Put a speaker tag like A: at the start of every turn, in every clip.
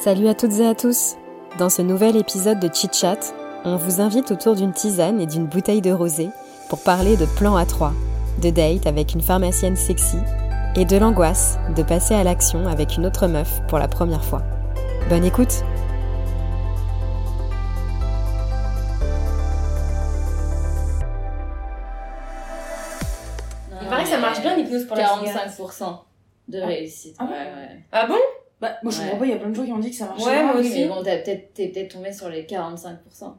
A: Salut à toutes et à tous Dans ce nouvel épisode de Chit Chat, on vous invite autour d'une tisane et d'une bouteille de rosée pour parler de plan à 3 de date avec une pharmacienne sexy et de l'angoisse de passer à l'action avec une autre meuf pour la première fois. Bonne écoute
B: Il paraît que ça marche bien l'hypnose pour la cigarette.
C: 45% de
B: Ah.
C: réussite.
B: Ah bon
C: ouais, ouais.
B: Ah bon Bah, moi je
C: Ouais.
B: comprends pas, il y a plein de gens qui ont dit que ça marche
C: Oui,
B: pas.
C: mais
B: Oui, mais bon.
C: bon, t'as peut-être- t'es peut-être tombé sur les 45%.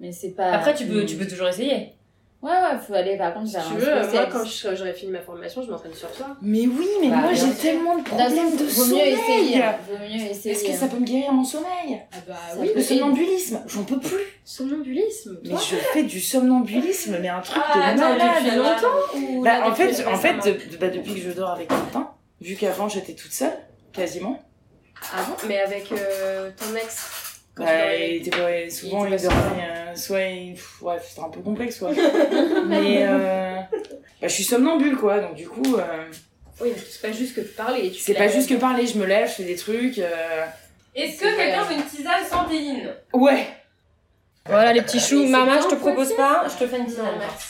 C: Mais c'est pas.
D: Après, tu peux,
C: Mm.
D: tu peux toujours essayer.
C: Ouais, ouais, faut aller par contre
E: Si
C: vers
E: tu
C: un
E: veux, euh, moi
C: spécialiste.
E: quand je- quand j'aurai fini ma formation, je m'entraîne sur toi.
B: Mais oui, mais
C: Bah,
B: moi
C: bien
B: j'ai
C: sûr.
B: tellement de
C: Dans ce
B: problèmes de
C: vaut
B: sommeil
C: mieux essayer. hein. Vaut mieux essayer.
B: Est-ce que ça
C: hein.
B: peut me guérir mon sommeil
E: Ah bah
C: Ça
E: oui,
C: peut
B: Le
C: Oui.
B: somnambulisme, j'en peux plus
E: somnambulisme,
B: Mais
E: toi.
B: je fais du somnambulisme, mais un truc
E: Ah,
B: de
E: attends,
B: malade
E: depuis longtemps ou
B: Bah,
E: là,
B: en
E: depuis
B: fait, en
E: récemment
B: fait de- de- bah, depuis que je dors avec quelqu'un, vu qu'avant j'étais toute seule, quasiment,
E: Ah bon Mais avec euh, ton ex quand tu
B: bah,
E: dormais.
B: il était pas- souvent
E: il
B: il
E: était pas
B: dormait, euh, soit il- pff, ouais, c'était un peu complexe quoi. mais euh, bah, je suis somnambule quoi, donc du coup. euh,
E: Oui, mais c'est pas juste que tu parlais. et Tu
B: C'est pas juste que parler, je me lève, je fais des trucs. euh,
D: Est-ce
C: que quelqu'un
D: veut une tisane sans théine
B: Ouais.
D: Voilà les petits choux.
E: Mais c'est
D: Maman,
E: pas
D: je te
E: un
D: propose pas, je te fais une
E: Non,
D: tisane.
E: merci.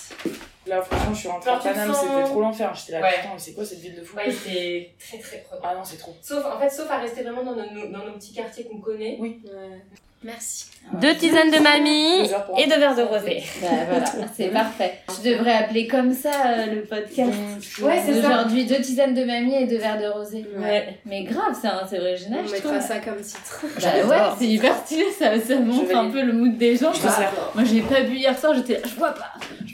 B: Là, franchement, je suis rentrée à
D: Quand tu
B: Paname,
D: sens-
B: c'était trop l'enfer. J'étais là,
D: Ouais.
B: putain, mais c'est quoi cette ville de fou
D: Ouais, c'est Bah, très très propre.
B: Ah non, c'est trop.
D: Sauf, en fait, sauf à rester vraiment dans nos, dans nos petits quartiers qu'on connaît.
E: Ouais.
C: Merci.
D: Deux tisanes de mamie
B: Deux heures pour
D: et deux verres de rosé.
C: Bah voilà, c'est parfait. Je devrais appeler comme ça euh, le podcast.
B: Mmh,
D: Ouais, c'est ça.
C: Aujourd'hui, deux tisanes de mamie et deux verres de rosé.
D: Ouais.
C: Mais grave, c'est un- c'est original,
E: On
C: je
E: mettra
C: trouve.
E: ça comme titre.
C: Bah ouais, c'est hyper stylé, ça, ça montre
B: valide.
C: un peu le mood des gens.
B: Je te
C: quoi.
B: sers.
C: Moi, j'ai pas bu hier soir, j'étais là, je vois pas.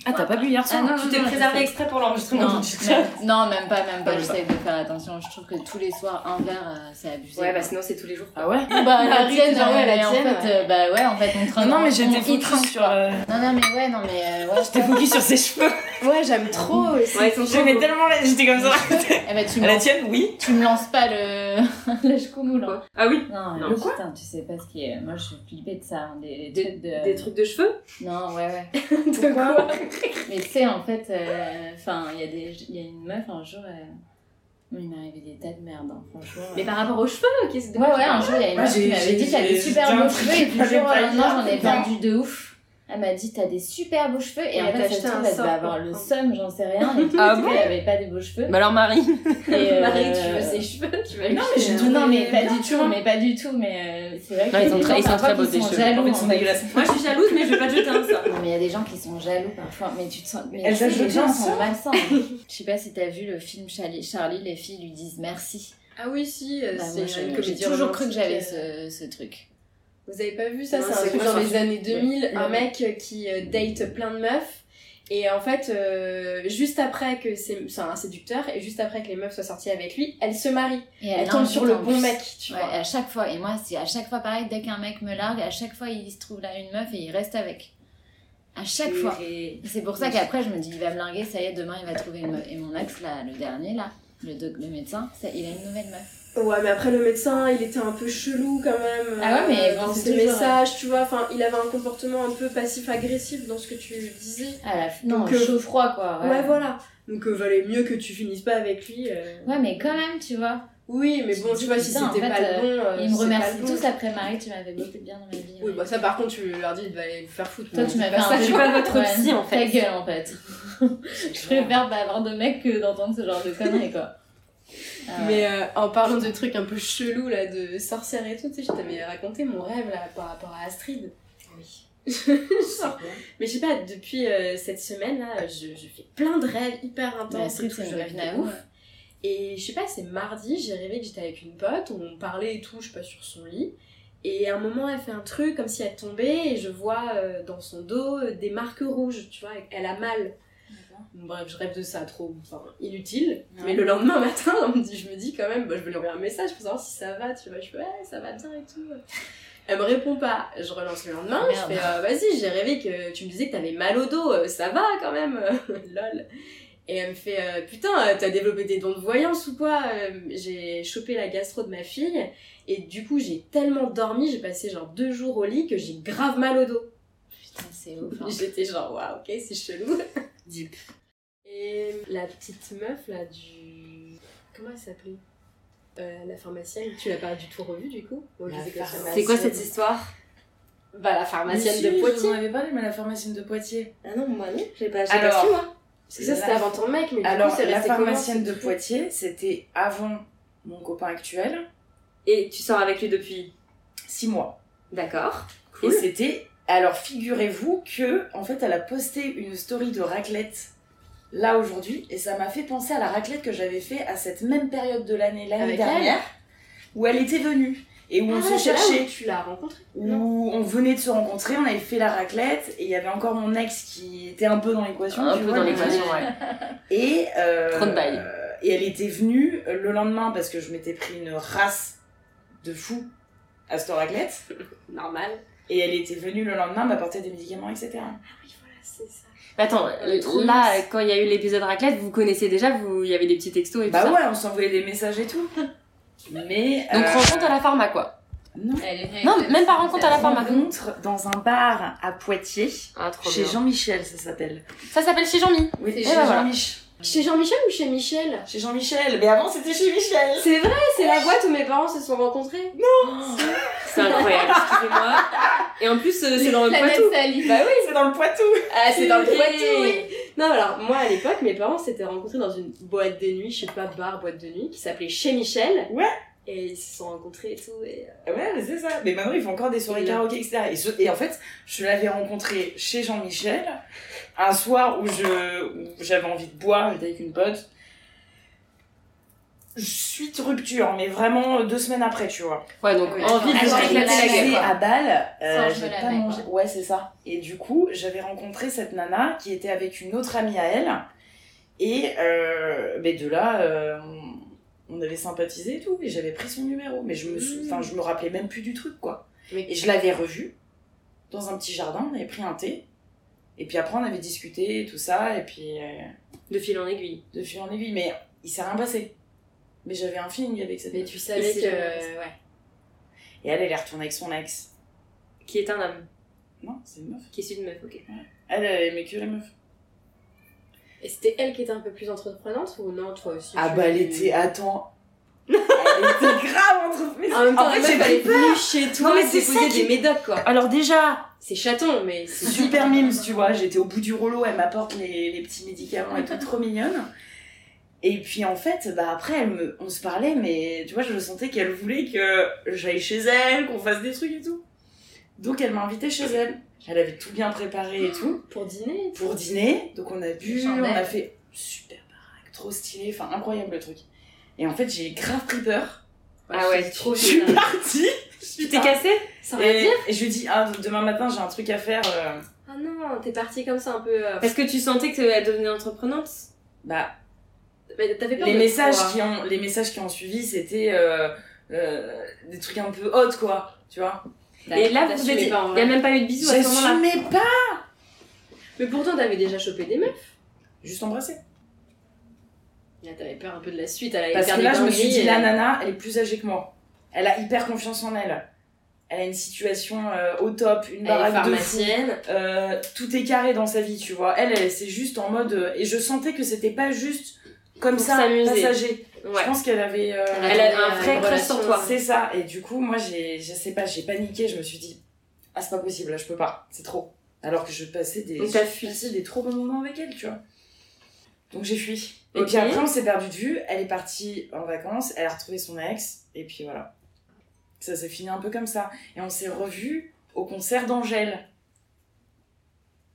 B: Ah, t'as pas bu hier soir
C: non,
D: Tu t'es préservé exprès pour l'enregistrement.
C: Non,
D: tout de suite.
C: même, non, même pas, même pas.
D: Même
C: J'essaie de faire attention. Je trouve que tous les soirs, un verre, euh, c'est abusé.
E: Ouais, bah
C: quoi.
E: sinon c'est tous les jours.
B: Ah ouais
C: bah, la
E: Marie,
C: tienne,
E: genre, ouais,
C: ouais,
E: la
C: la
E: tienne,
C: En fait,
E: ouais.
C: euh, bah ouais, en fait, on traîne.
B: Non, mais
C: on-
B: j'étais
C: on-
B: focus sur. euh,
C: Non, non, mais ouais, non, mais euh, ouais.
B: J'étais focus sur ses cheveux.
E: Ouais, j'aime trop aussi. Ouais, ils sont
B: J'aimais
E: trop
B: tellement la. J'étais comme ça.
C: Eh bah, tu
B: À
C: me,
B: la
C: lances,
B: tienne, oui.
C: tu me lances pas le. Lâche coumoule.
E: beaux.
C: Hein.
E: Ah oui
C: Non,
E: Le
C: mais
E: quoi
C: putain, tu sais pas ce qui est. Moi, je suis flippée de ça. hein, Des, des
E: des,
C: trucs de.
E: des trucs de cheveux
C: Non, ouais, ouais.
E: De quoi
C: Mais tu sais, en fait, euh, enfin, il y, a des- il y a une meuf un jour. euh, Il m'est arrivé des tas de merde, hein, franchement.
E: Mais par rapport aux cheveux, qu'est-ce
C: Ouais, ouais, un jour, il y a une
B: Moi,
C: meuf
B: j'ai-
C: qui m'avait
B: j'ai-
C: dit T'as des
B: j'ai-
C: super
B: j'ai
C: beaux
B: un
C: cheveux,
B: truc
C: et puis
B: que
C: le jour au
B: j'avais pas
C: lendemain,
B: hier,
C: j'en ai
B: putain.
C: perdu de ouf. Elle m'a dit T'as des super beaux cheveux, et en
E: Elle t'a
C: fait,
E: acheté
C: ça se
E: un
C: trouve, elle devait
E: sort,
C: avoir
E: quoi.
C: le seum, j'en sais rien. Et tout,
D: Ah
C: parce
D: bon
C: qu'elle avait pas des beaux cheveux.
D: Bah alors, Marie.
C: Et, euh,
E: Marie, tu veux ses cheveux Tu vas lui
B: Non, mais
E: filer
B: j'ai
E: un-
B: donné-
C: Non, mais pas
B: Bien,
C: du
B: tu
C: tout,
B: vois.
C: mais pas du tout, mais euh, c'est vrai que.
D: Non, ils
C: y a
D: sont
C: des
D: très-
C: gens
D: ils sont
C: parfois
D: très
C: qui
D: beaux, tes
C: sont
D: cheveux.
C: jaloux,
D: En fait, ils
C: en
D: sont
C: fait.
D: dégueulasses.
E: Moi, je suis jalouse, mais je vais pas te jeter un ça.
C: Non, mais il y a des gens qui sont jaloux parfois, mais tu te sens. Mais
B: Elle
C: tu sais,
B: t'a
C: les
B: jeté
C: gens
B: un
C: sont
B: sort
C: malsains. Je sais pas si t'as vu le film Charlie, Charlie, les filles lui disent merci.
E: Ah oui, si, euh,
C: Bah, moi,
E: c'est une
C: je- J'ai
E: comédie
C: toujours cru que
E: romantique,
C: j'avais
E: euh,
C: ce ce truc.
E: Vous avez pas vu ça
C: Non,
E: C'est
C: c'est
E: un truc
C: quoi,
E: dans
C: ça
E: les années 2000,
C: Le-
E: un
C: le-
E: mec qui euh, date plein de meufs. Et en fait, euh, juste après que c'est c'est un séducteur, et juste après que les meufs soient sorties avec lui, elle se marie.
C: Et
E: Elle,
C: elle
E: tombe sur le
C: invite, en
E: bon
C: plus.
E: mec, tu
C: Ouais,
E: vois.
C: à chaque fois. Et moi, c'est à chaque fois pareil, dès qu'un mec me largue, à chaque fois, il se trouve là une meuf et il reste avec. À chaque fois.
E: Et-
C: C'est pour ça qu'après, je me dis, il va me larguer, ça y est, demain, il va trouver une meuf. Et mon ex, là, le dernier, là, le, doc- le médecin, ça- il a une nouvelle meuf.
E: Ouais, mais après le médecin, il était un peu chelou quand même.
C: Ah ouais, mais
E: euh,
C: bon,
E: dans
C: c'est
E: ses
C: toujours,
E: messages, tu vois. Enfin, il avait un comportement un peu passif-agressif dans ce que tu lui disais.
C: À la fin, non,
E: Donc, euh,
C: chaud-froid, quoi.
E: Ouais,
C: Ouais.
E: voilà. Donc, euh, valait mieux que tu finisses pas avec lui. euh.
C: Ouais, mais quand même, tu vois.
E: Oui, mais
C: Je
E: bon,
C: dis,
E: tu vois, si
C: putain, en
E: c'était
C: fait,
E: pas le bon. euh,
C: Ils me
E: c'est pas
C: remercient
E: le bon.
C: tous après Marie, tu m'avais beaucoup de bien dans ma vie.
E: Oui,
C: ouais.
E: bah ça par contre, tu leur dis, il va aller vous faire foutre.
C: Toi,
E: mais
C: tu m'as
E: c'est
C: fait un
E: ça.
C: peu-
D: Je suis pas votre
C: Ouais,
D: psy en
C: Ta
D: fait.
C: gueule, en fait. je préfère pas avoir de mec que d'entendre ce genre de conneries, quoi. Ah ouais.
E: Mais euh, en parlant de trucs un peu chelous là, de sorcières et tout, tu sais, je t'avais raconté mon rêve là par rapport à Astrid. Oui. Mais je sais pas, depuis euh, cette semaine là, je, je fais plein de rêves hyper
C: Mais
E: intenses.
C: Astrid,
E: et tout,
C: c'est
E: je
C: une
E: rêve de
C: copine à
E: ouf.
C: nous.
E: Et je sais pas, c'est mardi, j'ai rêvé que j'étais avec une pote, on parlait et tout, je sais pas, sur son lit. Et à un moment, elle fait un truc comme si elle tombait, et je vois euh, dans son dos euh, des marques rouges, tu vois, elle a mal. Bon, Bref, je rêve de ça trop, enfin, inutile.
C: Ouais.
E: Mais le lendemain matin, on me dit, je me dis quand même, bah, je vais lui envoyer un message pour savoir si ça va, tu vois. Je fais, ouais, ça va bien et tout. Elle me répond pas. Je relance le lendemain.
C: Ah,
E: je
C: merde.
E: fais euh, vas-y, j'ai rêvé que tu me disais que t'avais mal au dos. euh, Ça va quand même. Lol. Et elle me fait euh, putain, euh, t'as développé des dons de voyance ou quoi Euh, J'ai chopé la gastro de ma fille et du coup j'ai tellement dormi, j'ai passé genre deux jours au lit que j'ai grave mal au dos.
C: Putain, c'est ouf. hein.
E: J'étais genre waouh, ok, c'est chelou.
B: Deep.
E: Et la petite meuf là du. Comment elle s'appelait Euh, La pharmacienne. Tu l'as pas du tout revue du coup Bon, je
B: La
E: sais que la
B: pharmacienne.
E: pharmacienne-
D: C'est quoi cette histoire
E: Bah, la pharmacienne
B: Mais si,
E: de
B: Je vous
E: Poitiers. Bah,
B: en avais parlé, mais la pharmacienne de Poitiers.
D: Ah non, moi non, j'ai pas, j'ai
B: Alors,
D: pas su moi.
E: Parce que ça,
B: La-
E: c'était avant ton mec, mais du
B: Alors,
E: coup, c'est
B: la
E: resté
B: pharmacienne
E: comment, ce
B: de
E: truc
B: Poitiers, c'était avant mon copain actuel,
D: Et tu sors avec lui depuis
B: six mois.
D: D'accord.
B: Et
D: Cool.
B: c'était. Alors, figurez-vous que, en fait, elle a posté une story de raclette là aujourd'hui, et ça m'a fait penser à la raclette que j'avais fait à cette même période de l'année, l'année
E: Avec elle
B: dernière, où elle était venue, et où on
E: Ah,
B: se
E: c'est là où
B: cherchait.
E: Tu l'as rencontrée
B: où on venait de se rencontrer, on avait fait la raclette et il y avait encore mon ex qui était un peu dans l'équation.
D: Un
B: tu
D: peu
B: vois,
D: dans
B: mais-
D: l'équation, ouais.
B: Et, euh,
D: Trop de bail.
B: euh, et elle était venue euh, le lendemain parce que je m'étais pris une race de fou à cette raclette.
E: Normal.
B: Et elle était venue le lendemain m'apporter des médicaments, etc.
E: Oui, voilà, c'est ça.
D: Mais Attends,
B: Euh,
E: Le trou
D: là,
E: mince.
D: quand il y a eu l'épisode raclette, vous connaissez déjà, vous... il y avait des petits textos et
B: bah
D: tout ça.
B: ouais, on s'envoyait des messages et tout. Mais.
D: Donc
B: euh,
D: rencontre à la pharma, quoi.
B: Non.
C: Elle est venue
D: Non,
C: avec
D: même
C: sa
D: pas rencontre à la pharma.
B: Rencontre dans un bar à Poitiers,
D: Ah, trop
B: chez
D: bien.
B: Jean-Michel, ça s'appelle.
D: Ça s'appelle chez Jean-Mi.
B: Oui,
C: C'est
B: chez
D: chez Jean-
B: Jean-Michel.
E: Chez Jean-Michel ou chez Michel
B: Chez Jean-Michel, mais avant c'était chez Michel.
E: C'est vrai, c'est la boîte où mes parents se sont rencontrés.
D: C'est incroyable, excusez-moi. Et en plus, euh, c'est dans le
C: Planète
D: Poitou.
C: Sally.
E: Bah oui
B: C'est dans le Poitou.
E: Ah, c'est dans le
D: Ok.
E: Poitou, oui. Non, alors, moi, à l'époque, mes parents s'étaient rencontrés dans une boîte de nuit, je sais pas, bar, boîte de nuit, qui s'appelait Chez Michel.
B: Ouais.
E: Et ils se sont rencontrés et tout, et... euh,
B: Ah Ouais, mais c'est ça. Mais maintenant, ils font encore des soirées
E: Oui.
B: karaoké, etc. Et, ce- et en fait, je l'avais rencontré chez Jean-Michel, un soir où je où j'avais envie de boire, j'étais avec une pote. Suite rupture, mais vraiment euh, deux semaines après, tu vois.
D: Ouais, donc
E: Ouais.
D: envie de
C: Ah,
D: vous
C: ouais,
D: éclater
C: ouais,
D: la
C: ouais.
D: gueule.
B: à Bâle, euh,
C: Sans
B: j'ai
C: je me
B: pas
C: la mets,
B: mangé. Ouais, c'est ça. Et du coup, j'avais rencontré cette nana qui était avec une autre amie à elle. Et euh, ben de là, euh, on avait sympathisé et tout. Et j'avais pris son numéro. Mais je me, sou-
E: Mm.
C: Mmh.
B: enfin, je me rappelais même plus du truc, quoi.
E: Mais
B: Et je l'avais revu dans un petit jardin, on avait pris un thé. Et puis après, on avait discuté et tout ça. Et puis, euh,
D: De fil en aiguille.
B: de fil en aiguille. Mais il s'est rien passé. Mais j'avais un feeling avec cette
E: Mais
B: meuf.
E: tu savais
D: c'est
E: que...
D: jamais
E: ouais.
B: Et elle, elle est retournée avec son ex.
D: Qui est un homme,
B: Non, c'est une meuf.
D: qui est une meuf, ok.
B: Elle, elle aimait que les meufs.
E: Et c'était elle qui était un peu plus entreprenante ou non, toi aussi
B: Ah
E: tu-
B: bah, elle était. Attends. elle était grave entre mais
E: En même temps, la meuf,
B: j'ai
E: elle est
B: pris peur.
E: venue chez toi,
B: Non, mais
E: te
B: c'est ça
E: déposer
B: qui-
E: des médocs, quoi.
B: Alors, déjà,
E: C'est chaton, mais c'est
B: super mimes, tu vois. J'étais au bout du rouleau, elle m'apporte les, les petits médicaments et tout, trop mignonne. Et puis en fait, bah après, elle me, on se parlait, mais tu vois, je sentais qu'elle voulait que j'aille chez elle, qu'on fasse des trucs et tout. Donc elle m'a invitée chez elle. Elle avait tout bien préparé et tout
E: pour dîner.
B: pour dîner. Donc on a bu, on
C: Chandelle.
B: a fait super baraque, trop stylé, enfin incroyable le truc. Et en fait, j'ai grave pris peur.
D: Ah ouais, trop
B: Je suis
D: bien.
B: partie.
D: Tu t'es cassé
E: Ça rien
B: et,
E: dire
B: et je lui dis, ah, demain matin, j'ai un truc à faire. euh,
E: Ah non, t'es partie comme ça un peu... euh,
D: Parce que tu sentais que elle devenait entreprenante
B: bah,
E: mais T'avais peur
B: les
E: de
B: messages
E: quoi
B: qui ont les messages qui ont suivi c'était euh, euh, des trucs un peu hot quoi tu vois
D: Et là, vous
E: t'assumais
D: êtes... Il n'y
E: pas, en vrai.
D: a même pas eu de bisous à ce moment-là.
B: j'assumais pas
E: Mais pourtant, t'avais déjà chopé des meufs.
B: juste embrasser
E: Là, T'avais peur un peu de la suite, elle allait
B: parce
E: faire
B: que
E: des
B: là je me
E: dingueries
B: suis dit
E: et-
B: la
D: euh,
B: nana elle est plus âgée que moi elle a hyper confiance en elle elle a une situation euh, au top une
E: Elle est
B: baraque de fou
E: pharmacienne.
B: Euh, tout est carré dans sa vie tu vois elle, elle c'est juste en mode euh, et je sentais que c'était pas juste comme
D: Pour
B: ça
D: s'amuser.
B: passager
D: Ouais.
B: je pense qu'elle avait euh,
D: Elle
E: avait
D: a un vrai
E: une
D: crush
E: relation.
D: sur toi.
B: C'est ça, et du coup, moi, j'ai, je sais pas, j'ai paniqué, je me suis dit, ah, c'est pas possible, là, je peux pas, c'est trop. Alors que je passais des,
D: Donc t'as
B: je
D: fui.
B: passais des trop bons moments avec elle, tu vois. Donc j'ai fui. Et
D: Ok.
B: puis après, on s'est perdu de vue, elle est partie en vacances, elle a retrouvé son ex, et puis voilà. Ça s'est fini un peu comme ça. Et on s'est revus au concert d'Angèle.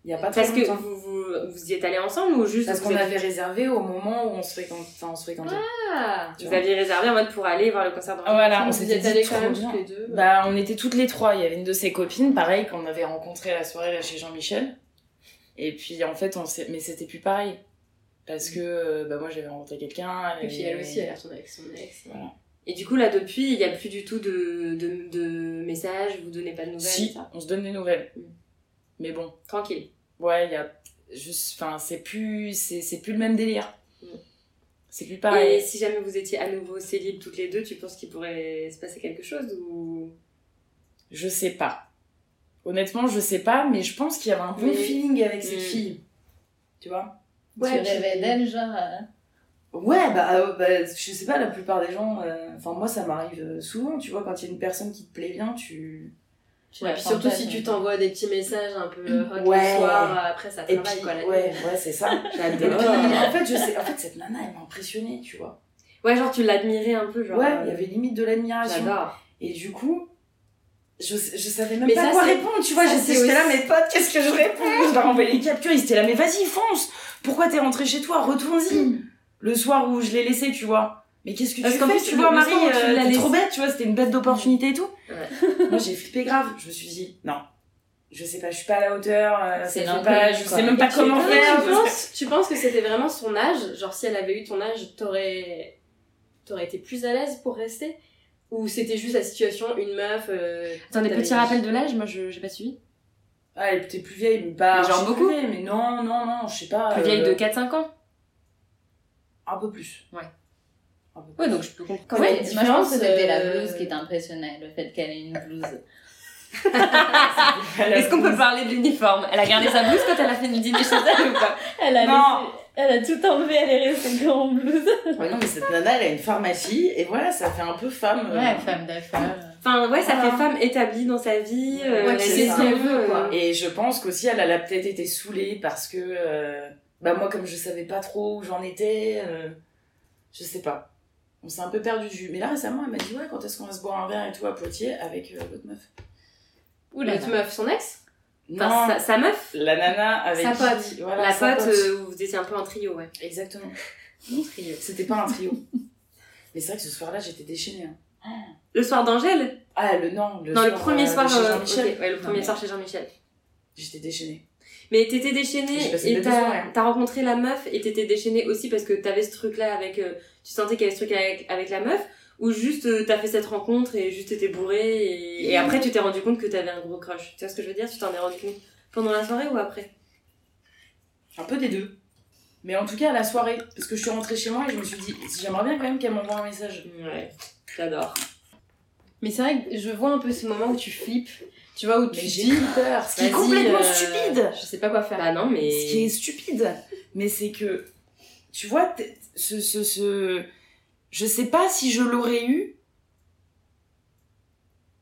B: Il y a pas très
D: Parce que
B: longtemps.
D: vous, vous, vous y êtes allés ensemble ou juste
B: Parce
D: vous,
B: qu'on
D: êtes-
B: avait réservé au moment où on se fréquentait. Enfin, on se fréquentait.
E: Ah,
B: tu
D: vous
B: vois. Ah,
D: aviez réservé en mode pour aller voir le concert de
B: Voilà, on
E: vous y
B: s'était
E: êtes
B: dit
E: allés
B: trop
E: quand même
B: bien.
E: toutes les deux.
B: Bah, on était toutes les trois. Il y avait une de ses copines, pareil, qu'on avait rencontrée la soirée là chez Jean-Michel. Et puis en fait, on s'est... mais c'était plus pareil. Parce que euh, bah, moi j'avais rencontré quelqu'un.
E: Et puis elle aussi, elle est retournée avec son ex.
D: Et du coup, là, depuis, il n'y a plus du tout de, de, de messages, vous donnez pas de nouvelles,
B: Si,
D: ça.
B: on se donne des nouvelles.
D: Mm.
B: Mais bon,
D: Tranquille.
B: ouais, il y a. je- Enfin, c'est plus, c'est c'est plus le même délire.
D: Mm.
B: C'est plus pareil.
D: Et si jamais vous étiez à nouveau célib toutes les deux, tu penses qu'il pourrait se passer quelque chose ou...
B: Je sais pas. Honnêtement, je sais pas, mais je pense qu'il y avait un bon
D: Oui.
B: feeling avec cette
D: Mm.
B: fille. Tu vois
C: tu
B: Ouais, puis-
C: rêvais d'elle, genre. euh,
B: Ouais, bah, euh, bah, je sais pas, la plupart des gens. euh, Enfin, moi, ça m'arrive euh, souvent, tu vois, quand il y a une personne qui te plaît bien, tu.
E: Et
C: Ouais,
E: puis surtout
C: fantasme.
E: si tu t'envoies des petits messages un peu hot
B: Ouais.
E: le soir, après ça
B: Et
E: travaille
B: puis,
E: quoi la
B: Ah, bah, ouais,
E: nuit.
B: ouais, c'est ça. Et puis,
D: J'adore.
B: en fait, je sais, en fait, cette nana, elle m'a impressionnée, tu vois.
D: ouais, genre, tu l'admirais un peu, genre...
B: Ouais,
D: euh,
B: il y avait limite de l'admiration.
D: J'adore.
B: Et du coup, je, sais- je savais même
E: Mais
B: pas
E: ça,
B: quoi
E: c'est-
B: répondre, tu vois.
E: ça,
B: J'étais
E: c'est
B: j'étais là,
E: aussi-
B: mes potes, qu'est-ce que je réponds Je leur envoyais les captures, ils étaient là, mais vas-y, fonce Pourquoi t'es rentré chez toi Retourne-y Le soir où je l'ai laissé, tu vois. Mais qu'est-ce que tu
D: Mm. Parce qu'en
B: fais,
D: plus,
B: tu
D: le-
B: vois,
D: le
B: Marie
D: soir où tu
B: euh,
D: l'as
B: T'es trop
D: laissé.
B: bête, tu vois, c'était une bête d'opportunité et tout.
D: Ouais.
B: Moi, j'ai flippé grave. Je me suis dit, non, je sais pas, je suis pas à la hauteur, euh,
C: C'est
B: ça fait
C: l'inconnu,
B: pas, je
C: quoi.
B: sais même pas
E: Tu-
B: comment
E: tu
B: faire. parce que-
E: penses- Tu penses que c'était vraiment son âge Genre si elle avait eu ton âge, t'aurais t'aurais été plus à l'aise pour rester Ou c'était juste la situation, une meuf euh,
D: Attends, des
E: t'avais-
D: petits rappels de l'âge, moi, je j'ai pas suivi.
B: Ah, elle était plus vieille, mais pas.
D: Mais genre
B: archi plus
D: beaucoup
B: vieille, Mais non, non, non, je sais pas.
D: Plus
B: euh,
D: vieille de 4-5 ans.
B: Un peu plus.
D: Ouais.
B: Un peu plus.
D: Ouais, donc je peux comprendre.
E: Quand
C: Ouais, moi je
E: même,
C: pense que
E: différence,
C: c'était la
E: euh,
C: blouse qui t'impressionnait, le fait qu'elle ait une blouse.
B: Elle a
D: Est-ce qu'on peut
B: plus-
D: parler de l'uniforme Elle a gardé sa blouse quand elle a fait le dîner chez elle ou pas
C: Elle a,
B: Non.
C: laissé- elle a tout enlevé, elle est restée en blouse.
B: Ouais, non, Ah, mais cette nana, elle a une pharmacie, et voilà, ça fait un peu femme. euh,
C: Ouais, femme d'affaires.
D: Enfin, ouais, ça
B: Ah.
D: fait femme établie dans sa vie. euh,
E: Ouais,
D: elle
E: puis
B: c'est
D: sait
B: ça.
D: ce qu'elle veut, quoi.
B: Et je pense qu'aussi, elle, elle a peut-être été saoulée parce que. euh, bah, moi, comme je savais pas trop où j'en étais, euh, je sais pas. On s'est un peu perdu du jus. Mais là, récemment, elle m'a dit Ouais, quand est-ce qu'on va se boire un verre et tout à Poitiers avec euh, votre meuf
E: Ou l'autre meuf, son ex
B: Non,
D: Enfin, sa, sa meuf,
B: la nana avec.
D: Sa
B: qui-
D: pote.
B: voilà,
D: la
B: sa
D: pote, euh, où vous étiez un peu en trio, ouais.
B: Exactement. C'était pas un trio. mais c'est vrai que ce soir-là, j'étais déchaînée. hein.
D: Le soir d'Angèle
B: Ah, le non, le
D: Non, le
B: soir,
D: premier
B: euh,
D: soir.
B: chez
D: euh,
B: Jean-Michel.
D: ok, ouais, le
B: Non,
D: premier
B: mais-
D: soir chez Jean-Michel.
B: J'étais déchaînée.
D: Mais t'étais
B: J'ai
D: déchaînée
B: passé une
D: et
B: belle soirée,
D: t'as
B: hein.
D: t'as rencontré la meuf et t'étais déchaînée aussi parce que t'avais ce truc-là avec. euh, tu sentais qu'il y avait ce truc avec, avec la meuf ou juste euh, t'as fait cette rencontre et juste t'étais bourrée et, et après tu t'es rendu compte que t'avais un gros crush. Tu vois ce que je veux dire Tu t'en es rendu compte pendant la soirée ou après
B: Un peu des deux. Mais en tout cas, à la soirée, parce que je suis rentrée chez moi et je me suis dit, j'aimerais bien quand même qu'elle m'envoie un message.
D: Ouais, j'adore.
E: Mais c'est vrai que je vois un peu ce moment où tu flippes, tu vois, où tu
B: Mais
E: te
B: j'ai
E: dis.
B: eu peur, ce qui est
E: vas-y,
B: complètement
E: euh,
B: stupide.
E: Je sais pas quoi faire.
D: Bah non, mais.
B: Ce qui est stupide, mais c'est que, tu vois, t'es- ce, ce, ce- Je sais pas si je l'aurais eu.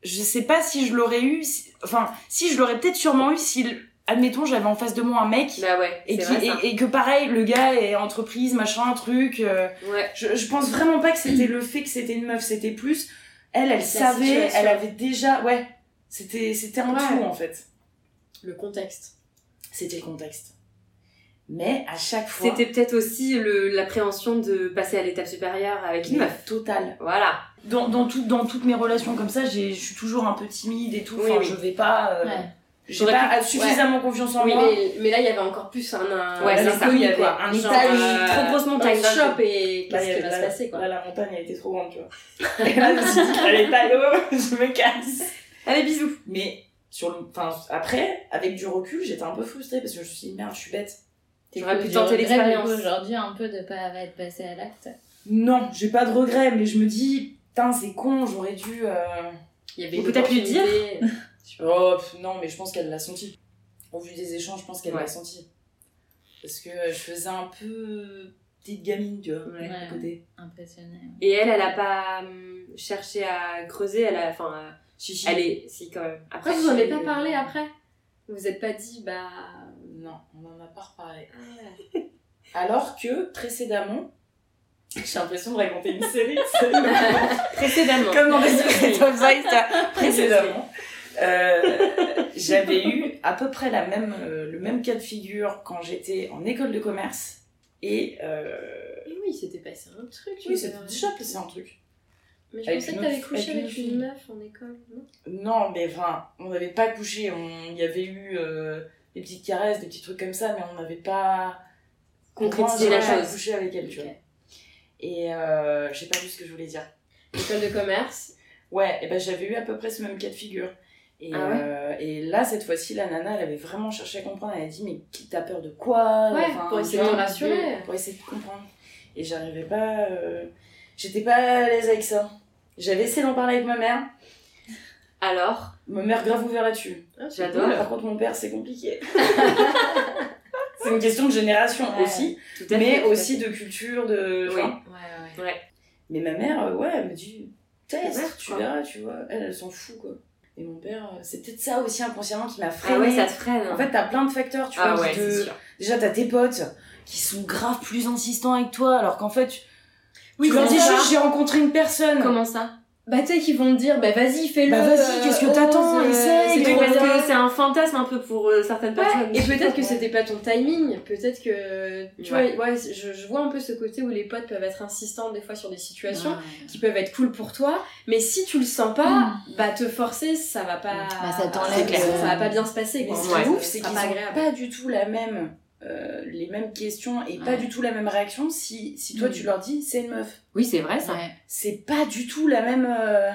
B: Je sais pas si je l'aurais eu. si- Enfin, si je l'aurais peut-être sûrement eu si, admettons, j'avais en face de moi un mec.
D: Bah ouais,
B: Et,
D: c'est
B: qui-
D: vrai ça.
B: et- et que pareil, le gars est entreprise, machin, truc. euh,
D: Ouais.
B: je, je pense vraiment pas que c'était le fait que c'était une meuf, c'était plus. Elle, elle savait,
E: situation.
B: elle avait déjà. Ouais, c'était c'était un
E: Ouais.
B: tout en fait.
E: Le contexte.
B: C'était le contexte. Mais à chaque fois.
D: C'était peut-être aussi le- l'appréhension de passer à l'étape supérieure avec une
B: mais
D: meuf.
B: total.
D: Voilà.
B: Dans, dans, tout- dans toutes mes relations comme ça, j'ai- je suis toujours un peu timide et tout.
D: Oui,
B: enfin,
D: oui.
B: je vais pas. euh,
C: Ouais.
B: J'ai
D: J'aurais
B: pas suffisamment confiance en
E: Oui,
B: moi.
E: mais, mais là, il y avait encore plus un. un
B: là,
D: Ouais, c'est
B: le
D: ça.
B: coup, il y
E: inconnu,
B: avait
E: quoi.
B: un
E: Genre,
B: étage,
E: euh,
D: Trop grosse montagne.
E: montagne
D: d'un
E: shop
D: coup.
E: et
B: Là, il y
E: qu'est-ce qui
B: avait-
E: va se
B: là,
E: passer quoi
B: là, la montagne, elle était trop grande, tu vois. Et là, je me suis dit, allez, pas je me casse.
D: Allez, bisous.
B: Mais sur le, enfin, après, avec du recul, j'étais un peu frustrée parce que je me suis dit merde, je suis bête.
D: J'aurais
C: Du
D: pu
C: regret,
D: tenter
C: du
D: l'expérience.
C: coup, aujourd'hui un peu de pas être passé à l'acte.
B: Non, j'ai pas de regrets, mais je me dis, putain, c'est con, j'aurais dû. euh,
E: Il y avait
D: Ou
E: une
D: peut-être lui dire.
E: opportunité.
B: Oh pff, non, mais je pense qu'elle l'a senti. Au vu des échanges, je pense qu'elle
D: Ouais.
B: l'a senti. Parce que euh, je faisais un peu euh, petite gamine, tu vois,
D: Ouais.
B: à côté.
C: Impressionné.
D: Et elle, elle a pas hum, cherché à creuser. Elle a. Enfin, à-
B: Chichi.
D: elle est. Si, quand même. Après,
E: Après, vous en avez
D: je-
E: pas parlé après Vous vous êtes pas dit, bah.
B: Non, on en a pas reparlé. Alors que précédemment, j'ai l'impression de raconter une série. c'est-
D: Précédemment.
B: Comme dans Desperate Housewives, t'as précédemment. Euh, J'avais eu à peu près la même, euh, le même cas de figure quand j'étais en école de commerce. Et euh,
E: Et oui, il s'était passé un truc.
B: oui,
E: c'est
B: c'était déjà passé un truc.
E: Mais je
B: Avec
E: pensais
B: une
E: que t'avais
B: autre-
E: couché
B: avec une
E: avec une
B: fille.
E: meuf en école. non
B: Non, mais enfin, on n'avait pas couché. On... Il y avait eu euh, des petites caresses, des petits trucs comme ça, mais on n'avait pas
D: Concrétiser
B: Moi,
D: la
B: j'avais pas
D: chose.
B: couché avec elle, tu vois.
E: Ok.
B: Et euh, j'ai pas vu ce que je voulais dire.
E: école de commerce.
B: Ouais, et ben j'avais eu à peu près ce même cas de figure. Et,
D: Ah ouais
B: euh, et là, cette fois-ci, la nana, elle avait vraiment cherché à comprendre. Elle a dit, mais qui- t'as peur de quoi
E: Ouais,
B: Enfin,
E: pour
B: tu
E: essayer de
B: vois,
E: me rassurer.
B: pour essayer de comprendre. Et j'arrivais pas. euh, J'étais pas à l'aise avec ça. J'avais essayé d'en parler avec ma mère.
D: Alors,
B: Ma mère grave ouvert là-dessus.
D: j'adore.
B: Par contre, mon père, c'est compliqué. c'est une question de génération
C: Ouais.
B: aussi,
D: Tout à fait,
B: mais
D: tout à
B: aussi de culture, de.
D: Oui.
B: enfin,
E: Ouais, ouais.
B: mais ma mère, euh, ouais, elle me dit, teste,
D: Ouverte,
B: tu
D: quoi.
B: verras, tu vois. Elle, elle s'en fout, quoi. Et mon père, euh, c'est peut-être ça aussi inconsciemment qui m'a
D: fait. Ah
B: freiné.
D: ouais, ça te freine. hein.
B: En fait, t'as plein de facteurs, tu
D: ah
B: vois.
D: ouais,
B: qui
D: c'est
B: te-
D: sûr.
B: Déjà, t'as tes potes qui sont grave plus insistants avec toi, alors qu'en fait, tu-
E: Oui,
B: tu leur
E: c'est
B: dis
E: ça.
B: juste, j'ai rencontré une personne.
D: Comment ça
E: Bah, tu sais qu'ils vont te dire, bah vas-y, fais-le.
B: Bah, vas-y,
E: euh,
B: qu'est-ce que
E: ose,
B: t'attends,
E: euh,
B: essaye,
E: c'est
D: Oui,
E: trop
D: parce
E: bien.
D: que c'est un fantasme un peu pour euh, certaines personnes.
E: Ouais, et peut-être que
B: Ouais.
E: c'était pas ton timing, peut-être que tu
D: Ouais.
E: vois, ouais, je, je vois un peu ce côté où les potes peuvent être insistants des fois sur des situations
C: Ouais.
E: qui peuvent être cool pour toi, mais si tu le sens pas,
C: Mm.
E: bah te forcer, ça va pas,
C: Bah, ça t'enlève,
E: c'est clair,
C: euh,
E: ça va pas bien se passer.
B: Mais
E: Quoi.
B: ce qui
D: Ouais.
B: est ouf, c'est
E: Ça
B: qu'ils
E: sera Ah, pas
B: n'ont
E: agréable.
B: pas du tout la même, euh, les mêmes questions et pas
C: Ouais.
B: du tout la même réaction si, si toi
C: Mm.
B: tu leur dis c'est une meuf.
D: Oui, c'est vrai ça.
C: Ouais.
B: C'est pas du tout la même. euh,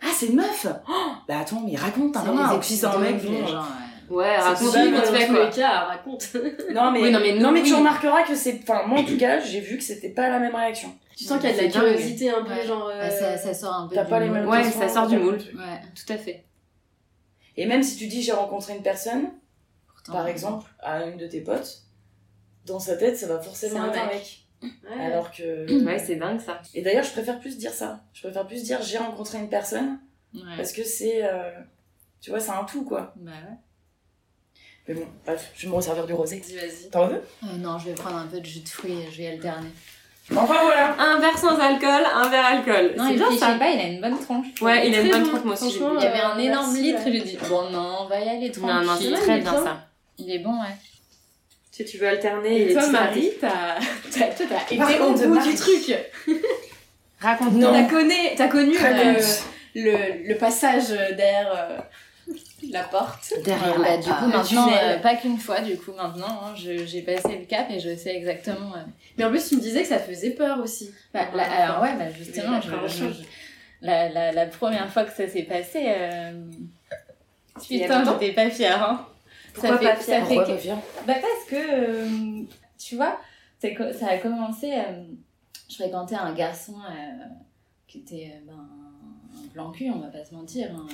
B: Ah, c'est une meuf Oh Bah attends, mais raconte, t'as
C: C'est
B: un
C: les
B: mec, si c'est un
C: excités,
B: mec,
C: les
B: bon.
C: gens, ouais.
D: Ouais, raconte
B: possible,
D: vite
B: dans
D: fait
E: Bah, tous
D: quoi.
E: les cas, raconte.
B: Non, mais,
D: Oui, non, mais-
B: non, mais tu
D: oui.
B: remarqueras que c'est. Enfin, moi en tout cas, j'ai vu que c'était pas la même réaction.
E: tu sens qu'il y a de
C: C'est
E: la
C: dingue.
E: curiosité un peu,
C: Ouais.
E: genre.
C: Bah,
E: euh,
C: ça, ça sort un peu
B: T'as
C: du
B: pas les
C: moule.
B: mêmes
D: Ouais,
B: questions.
D: ça sort du moule.
C: Ouais.
D: Tout à fait.
B: Et même si tu dis j'ai rencontré une personne,
C: Pourtant,
B: par exemple, à une de tes potes, dans sa tête, ça va forcément
E: C'est
B: être
E: un
B: un mec.
E: ouais.
B: Alors que. bah,
D: Ouais, c'est dingue ça.
B: Et d'ailleurs, je préfère plus dire ça. Je préfère plus dire j'ai rencontré une personne
C: Ouais.
B: Parce que c'est. euh, tu vois, c'est un tout, quoi.
C: Bah ouais.
B: Mais bon, bref, je vais me resservir du rosé.
E: Vas-y, vas-y.
B: T'en veux
C: Euh, non, je vais prendre un peu de jus de fruits et je vais alterner.
B: Enfin voilà
D: Un verre sans alcool, un verre alcool.
C: Non,
D: c'est
C: il
D: bien
C: fait,
D: ça.
C: pas, il a une bonne tronche.
D: Ouais, il a
E: Très
D: une bonne
E: bon,
D: tronche, moi aussi. j'ai
E: franchement,
D: bu.
C: Il y avait un
E: Euh,
C: énorme
E: merci,
C: litre,
E: ouais.
C: j'ai dit bon non, on va y aller tranquille.
D: Non, non, c'est
E: Ouais,
D: très
E: il est
D: bien,
E: bien.
D: ça.
C: Il est bon, ouais.
D: Tu sais, tu veux alterner et, tu
E: t'as t'as- toi, t'as
B: Par
E: été au
B: contre,
E: bout
B: Marie.
E: du truc.
D: raconte
B: Non.
E: T'as connu, t'as connu
B: Très
E: euh,
B: bien.
E: le, le passage derrière euh, la porte.
C: Derrière bah,
E: la
C: du coup
E: le
C: maintenant euh,
E: tunnel.
C: pas qu'une fois du coup maintenant hein, je- j'ai passé le cap et je sais exactement euh,
E: Mais en plus, tu me disais que ça faisait peur aussi.
C: bah, la-
E: Ouais,
C: alors ouais bah, justement
E: Mais
C: je-
E: l'appréhension.
C: je- je- la, la, la première fois que ça s'est passé euh,
D: Il y a
C: putain
D: longtemps
C: j'étais pas fière hein.
D: Pourquoi
C: fait-
D: pas
C: ça
D: fière
C: fait
B: Pourquoi
C: que-
B: pas fier
C: Bah parce que, euh, tu vois, c'est co- ça a commencé, euh, je fréquentais un garçon euh, qui était euh, ben, un blanc cul, on va pas se mentir. hein.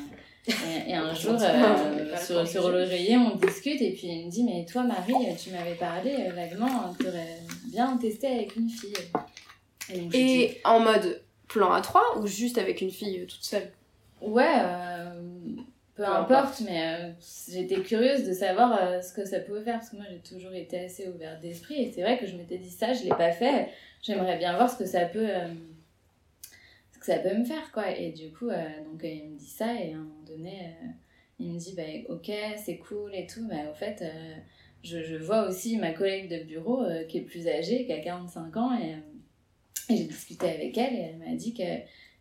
C: Et, et un jour, euh, sur, sur l'oreiller, on discute et puis il me dit, mais toi Marie, euh, tu m'avais parlé euh, vaguement, tu t'aurais bien testé avec une fille. Et, donc, je dis,
F: Et en mode plan à 3 ou juste avec une fille euh, toute seule
C: ouais, euh, peu importe, mais euh, j'étais curieuse de savoir euh, ce que ça pouvait faire, parce que moi j'ai toujours été assez ouverte d'esprit, et c'est vrai que je m'étais dit ça, je l'ai pas fait, j'aimerais bien voir ce que ça peut, euh, ce que ça peut me faire, quoi. Et du coup, euh, donc euh, il me dit ça, et à un moment donné, euh, il me dit, bah ok, c'est cool et tout, mais au fait, euh, je, je vois aussi ma collègue de bureau euh, qui est plus âgée, qui a 45 ans, et, euh, et j'ai discuté avec elle, et elle m'a dit que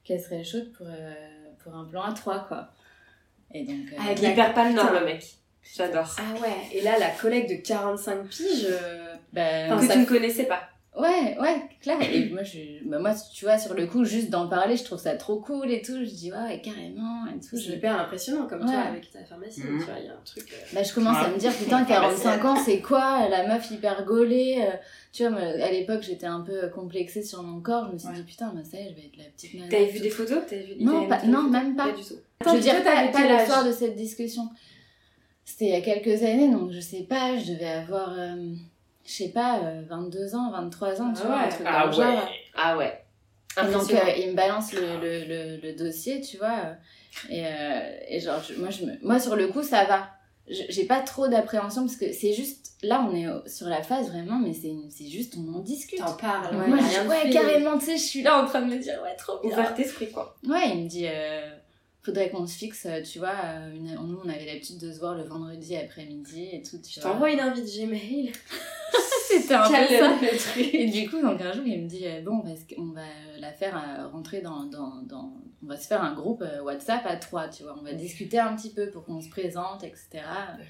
C: qu'elle serait chaude pour, euh, pour un plan à 3 quoi. Et donc, euh,
D: Avec hyper pas le nord, le mec. J'adore.
E: Ah ouais, et là, la collègue de 45 piges. euh,
C: bah,
D: que
C: ça-
D: tu ne connaissais pas.
C: Ouais, ouais, clair. Et moi, je, bah, moi, tu vois, sur le coup, juste d'en parler, je trouve ça trop cool et tout. Je dis, ouais, carrément, et tout.
E: C'est
C: Je,
E: hyper impressionnant comme
C: Ouais.
E: toi avec ta pharmacie,
B: Mhm.
E: tu vois, il y a un truc. euh,
C: bah, je commence à me dire, putain, 45 ans, c'est quoi La meuf hyper gaulée. euh, tu vois, moi, à l'époque, j'étais un peu complexée sur mon corps. Je me suis dit, putain, bah, ça y est, je vais être la petite nana.
D: T'avais vu des photos T'avais vu... il
C: Non,
D: t'avait
C: pas-
D: montré des
C: non,
D: photos
C: même pas.
D: du tout.
C: Je veux
E: Attends,
C: dire,
E: toi,
C: pas,
E: t'avais
C: pas
E: quel âge
C: l'histoire de cette discussion. C'était il y a quelques années, donc je sais pas, je devais avoir, euh, je sais pas, euh, 22 ans, 23 ans, tu
E: Ah
C: vois, un
E: ouais.
C: truc
B: Ah
C: dans le genre.
B: ouais.
D: Ah ouais.
C: Et donc,
D: Impressionnant.
C: euh, il me balance le, le, le, le dossier, tu vois. euh, Et, euh, et genre, je- moi, je me- moi, sur le coup, ça va. Je- J'ai pas trop d'appréhension parce que c'est juste. Là, on est au- sur la phase vraiment, mais c'est c'est juste, on en discute.
E: T'en parles,
C: Donc
E: ouais,
C: moi,
E: y a
C: je dis,
E: rien de
C: ouais,
E: fait.
C: carrément, tu sais, je suis là en train de me dire, ouais, trop bien.
D: Ouvert esprit, quoi.
C: Ouais, il me dit, euh, faudrait qu'on se fixe, euh, tu vois, euh, une- nous on avait l'habitude de se voir le vendredi après-midi et tout, tu
E: Je
C: vois.
E: t'envoie une invite Gmail.
C: C'était un peu
E: Calme
C: ça.
E: le truc.
C: Et du coup, donc un jour, il me dit, euh, bon, parce qu'on va euh, la faire euh, rentrer dans, dans, dans- On va se faire un groupe euh, WhatsApp à trois, tu vois, on va discuter un petit peu pour qu'on se présente, etc. euh,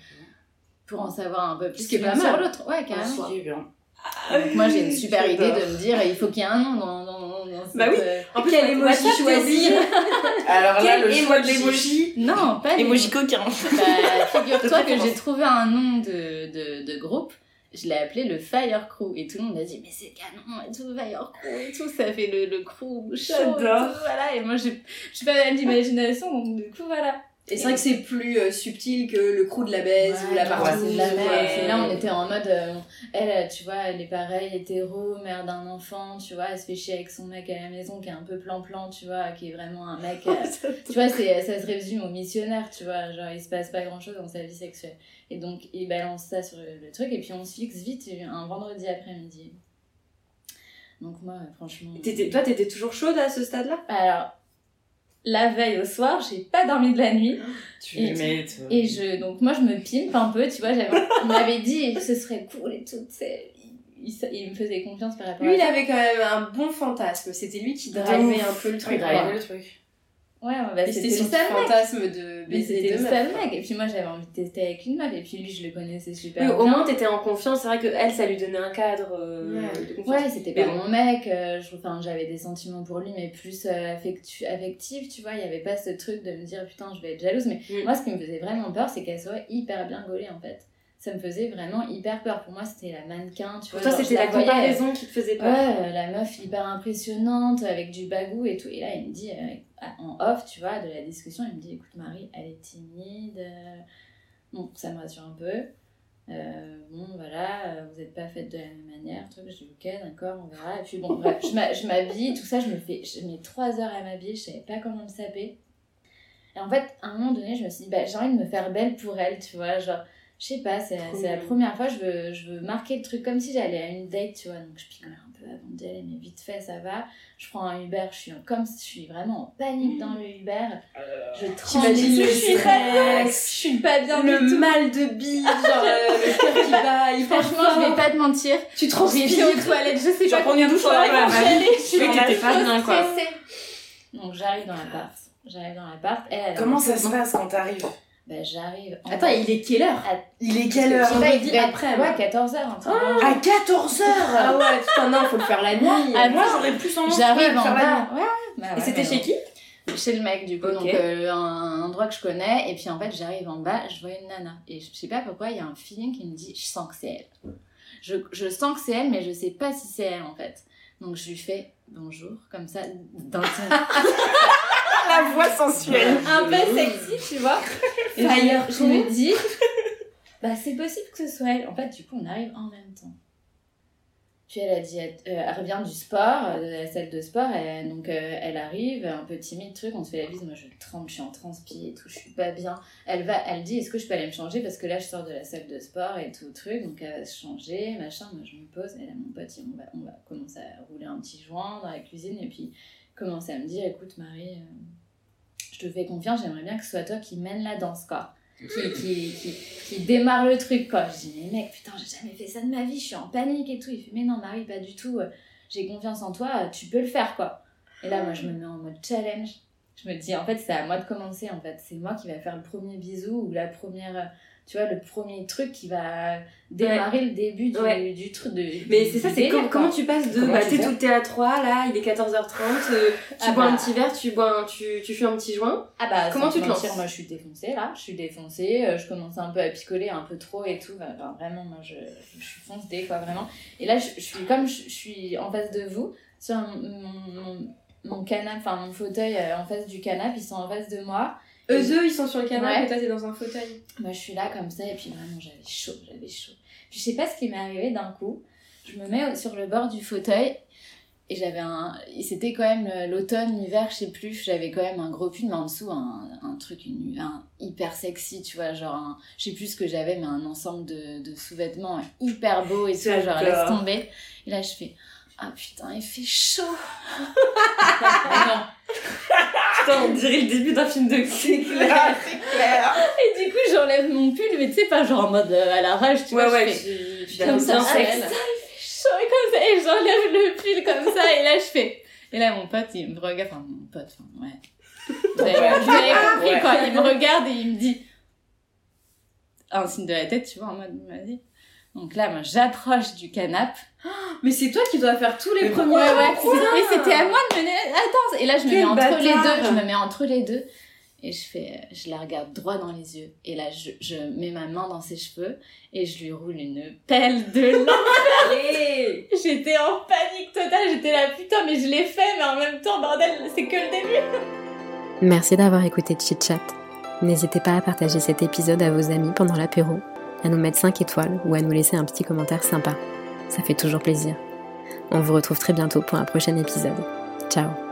C: Pour en savoir un peu plus
E: Ce qui est
C: l'un
E: pas
C: sur
E: mal. Ah
C: l'autre. Ouais, carrément.
B: Si, bien.
C: Donc moi j'ai une super idée
D: J'adore.
C: de me dire il faut qu'il y ait un nom dans, dans, dans- dans cette...
D: Bah oui.
C: euh,
D: En plus,
E: Quel
D: moi,
E: emoji
D: WhatsApp, t'as
E: choisir
D: oublié.
B: Alors là,
D: Quel
B: le choix de
D: emoji
B: l'émoji.
C: Non, pas
B: Émoji coquin.
C: Bah, figure-toi que
B: préférence.
C: j'ai trouvé un nom de, de, de groupe. Je l'ai appelé le Fire Crew et tout le monde a dit mais c'est canon et tout Fire Crew et tout ça fait le, le crew chaud et tout,
D: J'adore.
C: voilà et moi j'ai j'ai pas mal d'imagination donc du coup voilà
E: Et c'est vrai que c'est plus euh, subtil que le crew de la baise ou la
C: Ouais,
E: partie.
C: c'est
E: ou-
C: de la merde.
E: ouais.
C: Et là on était en mode euh, elle euh, tu vois elle est pareille hétéro mère d'un enfant tu vois elle se fait chier avec son mec à la maison qui est un peu plan plan tu vois qui est vraiment un
D: Ah,
C: mec euh, tu vois, c'est, ça se résume au missionnaire, tu vois. Genre, il se passe pas grand chose dans sa vie sexuelle. Et donc, il balance ça sur le, le truc, et puis on se fixe vite un vendredi après-midi. Donc, moi, franchement.
D: T'étais- Toi, t'étais toujours chaude à ce stade-là
C: Alors, la veille au soir, j'ai pas dormi de la nuit.
B: Tu
C: Et-
B: l'aimais, toi.
C: Et je, donc, moi, je me pimpe un peu, tu vois. J'avais, on m'avait dit, ce serait cool et tout, tu sais. Il, il- il me faisait confiance par rapport
E: Lui,
C: à
E: il
C: ça.
E: avait quand même un bon fantasme. C'était lui qui drivait un peu le truc.
B: Il
E: quoi.
B: drivait
E: le truc.
C: Ouais, ouais, bah,
E: Et
C: c'était
E: c'était
C: le
E: son
C: seul mec.
E: fantasme de
C: Mais
E: baiser
C: c'était
E: de
C: le
E: meuf.
C: seul mec. Et puis, moi, j'avais envie de tester avec une meuf, et puis lui, je le connaissais super
D: Oui,
C: bien.
D: au moins, t'étais en confiance. C'est vrai que elle, ça lui donnait un cadre euh,
E: Ouais.
D: de confiance.
C: Ouais, c'était
D: Mais
C: pas mon mec, euh, je- enfin, j'avais des sentiments pour lui, mais plus euh, affectu- affectif, tu vois, il y avait pas ce truc de me dire putain, je vais être jalouse, mais
D: Mm.
C: moi, ce qui me faisait vraiment peur, c'est qu'elle soit hyper bien gaulée en fait. Ça me faisait vraiment hyper peur. Pour moi, c'était la mannequin, tu
D: Pour
C: vois.
D: toi,
C: genre,
D: c'était
C: je
D: la
C: voyais,
D: comparaison qui te faisait
C: euh,
D: peur.
C: Ouais, euh, la meuf hyper impressionnante, avec du bagou et tout. Et là, il me dit, euh, à- en off, tu vois, de la discussion, il me dit écoute, Marie, elle est timide. euh, Bon, ça me rassure un peu. Euh, bon, voilà, euh, vous n'êtes pas faite de la même manière, truc. Je dis, ok, d'accord, on verra. Et puis, bon, bref, je m'a- je m'habille, tout ça, je me fais, je mets trois heures à m'habiller, je savais pas comment me saper. Et en fait, à un moment donné, je me suis dit, bah, j'ai envie de me faire belle pour elle, tu vois, genre, je sais pas, c'est
D: Trop
C: c'est la
D: mignon.
C: première fois, je veux, je veux marquer le truc comme si j'allais à une date, tu vois, donc je picole un peu avant d'y aller, mais vite fait, ça va. Je prends un Uber, je suis en- comme si je suis vraiment en panique dans le Uber.
B: Euh,
C: Je tremble,
E: T'imagines
C: je
D: Oh,
E: le
C: suis pas bien, je
E: stress.
C: suis pas bien du
E: Le
C: tout.
E: mal de bille, genre euh, le cœur qui bat, il pense
C: Franchement, je vais pas te mentir,
E: Tu
C: j'ai été
E: transpires.
C: aux toilettes, je sais
B: Genre,
C: pas
B: on y a
C: combien de
B: douche
C: fois
B: dans la
C: quand
B: même.
C: j'y allais, je suis
B: Oui,
C: dans la
B: t'étais pas
C: fosse
B: bien, quoi.
C: stressée. Donc j'arrive dans l'appart, j'arrive dans l'appart, elle, elle
B: Comment ça se passe quand t'arrives
C: Bah j'arrive. en-
E: Attends, Ah, il est quelle heure
B: Il est quelle
C: Je
B: heure
C: sais pas, il
E: dit
C: devait être-
E: après, Ah,
C: Ouais,
E: ouais.
C: 14h en train de-
B: À 14h
E: Ah ouais, putain, non, faut le faire la nuit.
C: Ah,
B: Moi, j'aurais plus envie
C: J'arrive
B: de
C: en
B: faire la nuit.
C: bas. Ouais, ouais, bah
E: Et
C: ouais,
E: c'était
C: bah
E: chez
C: ouais.
E: qui
C: Chez le mec, du coup.
D: Ok.
C: Donc, euh, un un endroit que je connais. Et puis, en fait, j'arrive en bas, je vois une nana. Et je sais pas pourquoi, il y a un feeling qui me dit Je sens que c'est elle. Je, je sens que c'est elle, mais je sais pas si c'est elle, en fait. Donc, je lui fais bonjour, comme ça, dans le
B: La voix sensuelle.
C: Un peu sexy, tu vois. Et je,
E: Fire
C: je me dis Bah, c'est possible que ce soit elle. En fait, du coup, on arrive en même temps. Puis elle a dit, elle, euh, elle revient du sport, euh, de la salle de sport, elle- donc euh, elle arrive, un peu timide, truc, on se fait la bise, moi je tremble, je suis en transpi et tout, je suis pas bien. Elle va, elle dit, est-ce que je peux aller me changer parce que là je sors de la salle de sport et tout, truc, donc elle va se changer, machin, moi je me pose, elle a mon pote, il- on va, on va commencer à rouler un petit joint dans la cuisine et puis commencer à me dire, écoute Marie, euh, je te fais confiance, j'aimerais bien que ce soit toi qui mène la danse, quoi. Qui, qui, qui, qui démarre le truc, quoi. Je dis, mais mec, putain, j'ai jamais fait ça de ma vie, je suis en panique et tout. Il fait, mais non, Marie, pas du tout, euh, j'ai confiance en toi, euh, tu peux le faire, quoi. Et là, moi, je me mets en mode challenge. Je me dis, en fait, c'est à moi de commencer, en fait. C'est moi qui va faire le premier bisou ou la première, euh, tu vois, le premier truc qui va démarrer le début du,
D: Ouais.
C: du truc. de-
D: Mais
C: du-
D: c'est ça,
C: du
D: c'est
C: délire,
D: com-
C: quoi.
D: comment tu passes de
B: Comment
D: bah
B: tu
D: t'es
B: fais
D: tout- t'es à 3 là, il est 14h30, euh, tu
C: Ah
D: bois un
C: bah.
D: petit verre, tu bois un, tu, tu fumes un petit joint.
C: Ah bah,
D: Comment
C: sans
D: tu te
C: mentir,
D: lances
C: Moi, je suis défoncée là, je suis défoncée, euh, je commence un peu à picoler un peu trop et tout. Enfin, vraiment, moi, je, je suis foncée quoi, vraiment. Et là, je, je suis comme je, je suis en face de vous, sur un- mon, mon, mon canapé, enfin mon fauteuil euh, en face du canapé, ils sont en face de moi.
E: Eux, eux, ils sont sur le canapé,
C: Ouais.
E: toi, t'es dans un fauteuil.
C: Moi, je suis là comme ça, et puis vraiment, j'avais chaud, j'avais chaud. Puis, je sais pas ce qui m'est arrivé d'un coup. Je me mets au- sur le bord du fauteuil, et j'avais un. et C'était quand même euh, l'automne, l'hiver, je sais plus. J'avais quand même un gros pull, mais en dessous, un, un truc une- un, hyper sexy, tu vois. Genre, un- je sais plus ce que j'avais, mais un ensemble de, de sous-vêtements hyper beau, et tout, genre, laisse
D: J'adore.
C: tomber. Et là, je fais. Ah putain, il fait chaud! Mais non,
D: Putain, on dirait le début d'un film de cul.
B: Ah, c'est clair.
C: Et du coup, j'enlève mon pull, mais tu sais, pas genre en mode euh, à l'arrache, tu
D: Ouais
C: vois. je
D: ouais,
C: fais-
D: tu, tu
C: comme ça,
D: bien
C: ah,
D: sexe.
C: ça, il fait chaud et comme ça, et j'enlève le pull comme ça, et là je fais. Et là mon pote, il me regarde, enfin mon pote, enfin ouais. Vous avez, vous avez compris
B: Ouais.
C: quoi, il me regarde et il me dit. Un signe de la tête, tu vois, en mode, vas-y. Donc là, moi, j'approche du canapé.
E: Mais c'est toi qui dois faire tous les
B: Mais
E: premiers.
B: pourquoi
E: ouais.
C: Et c'était à moi de me mener- Attends, et là, je me
B: Quel
C: mets entre les
B: bâtard.
C: deux. Je me mets entre les deux. Et je fais, je la regarde droit dans les yeux. Et là, je, je mets ma main dans ses cheveux et je lui roule une pelle de lin.
D: Allez
C: J'étais en panique totale. J'étais là, putain, mais je l'ai fait, mais en même temps, bordel, c'est que le début.
A: Merci d'avoir écouté Chit Chat. N'hésitez pas à partager cet épisode à vos amis pendant l'apéro, à nous mettre 5 étoiles ou à nous laisser un petit commentaire sympa. Ça fait toujours plaisir. On vous retrouve très bientôt pour un prochain épisode. Ciao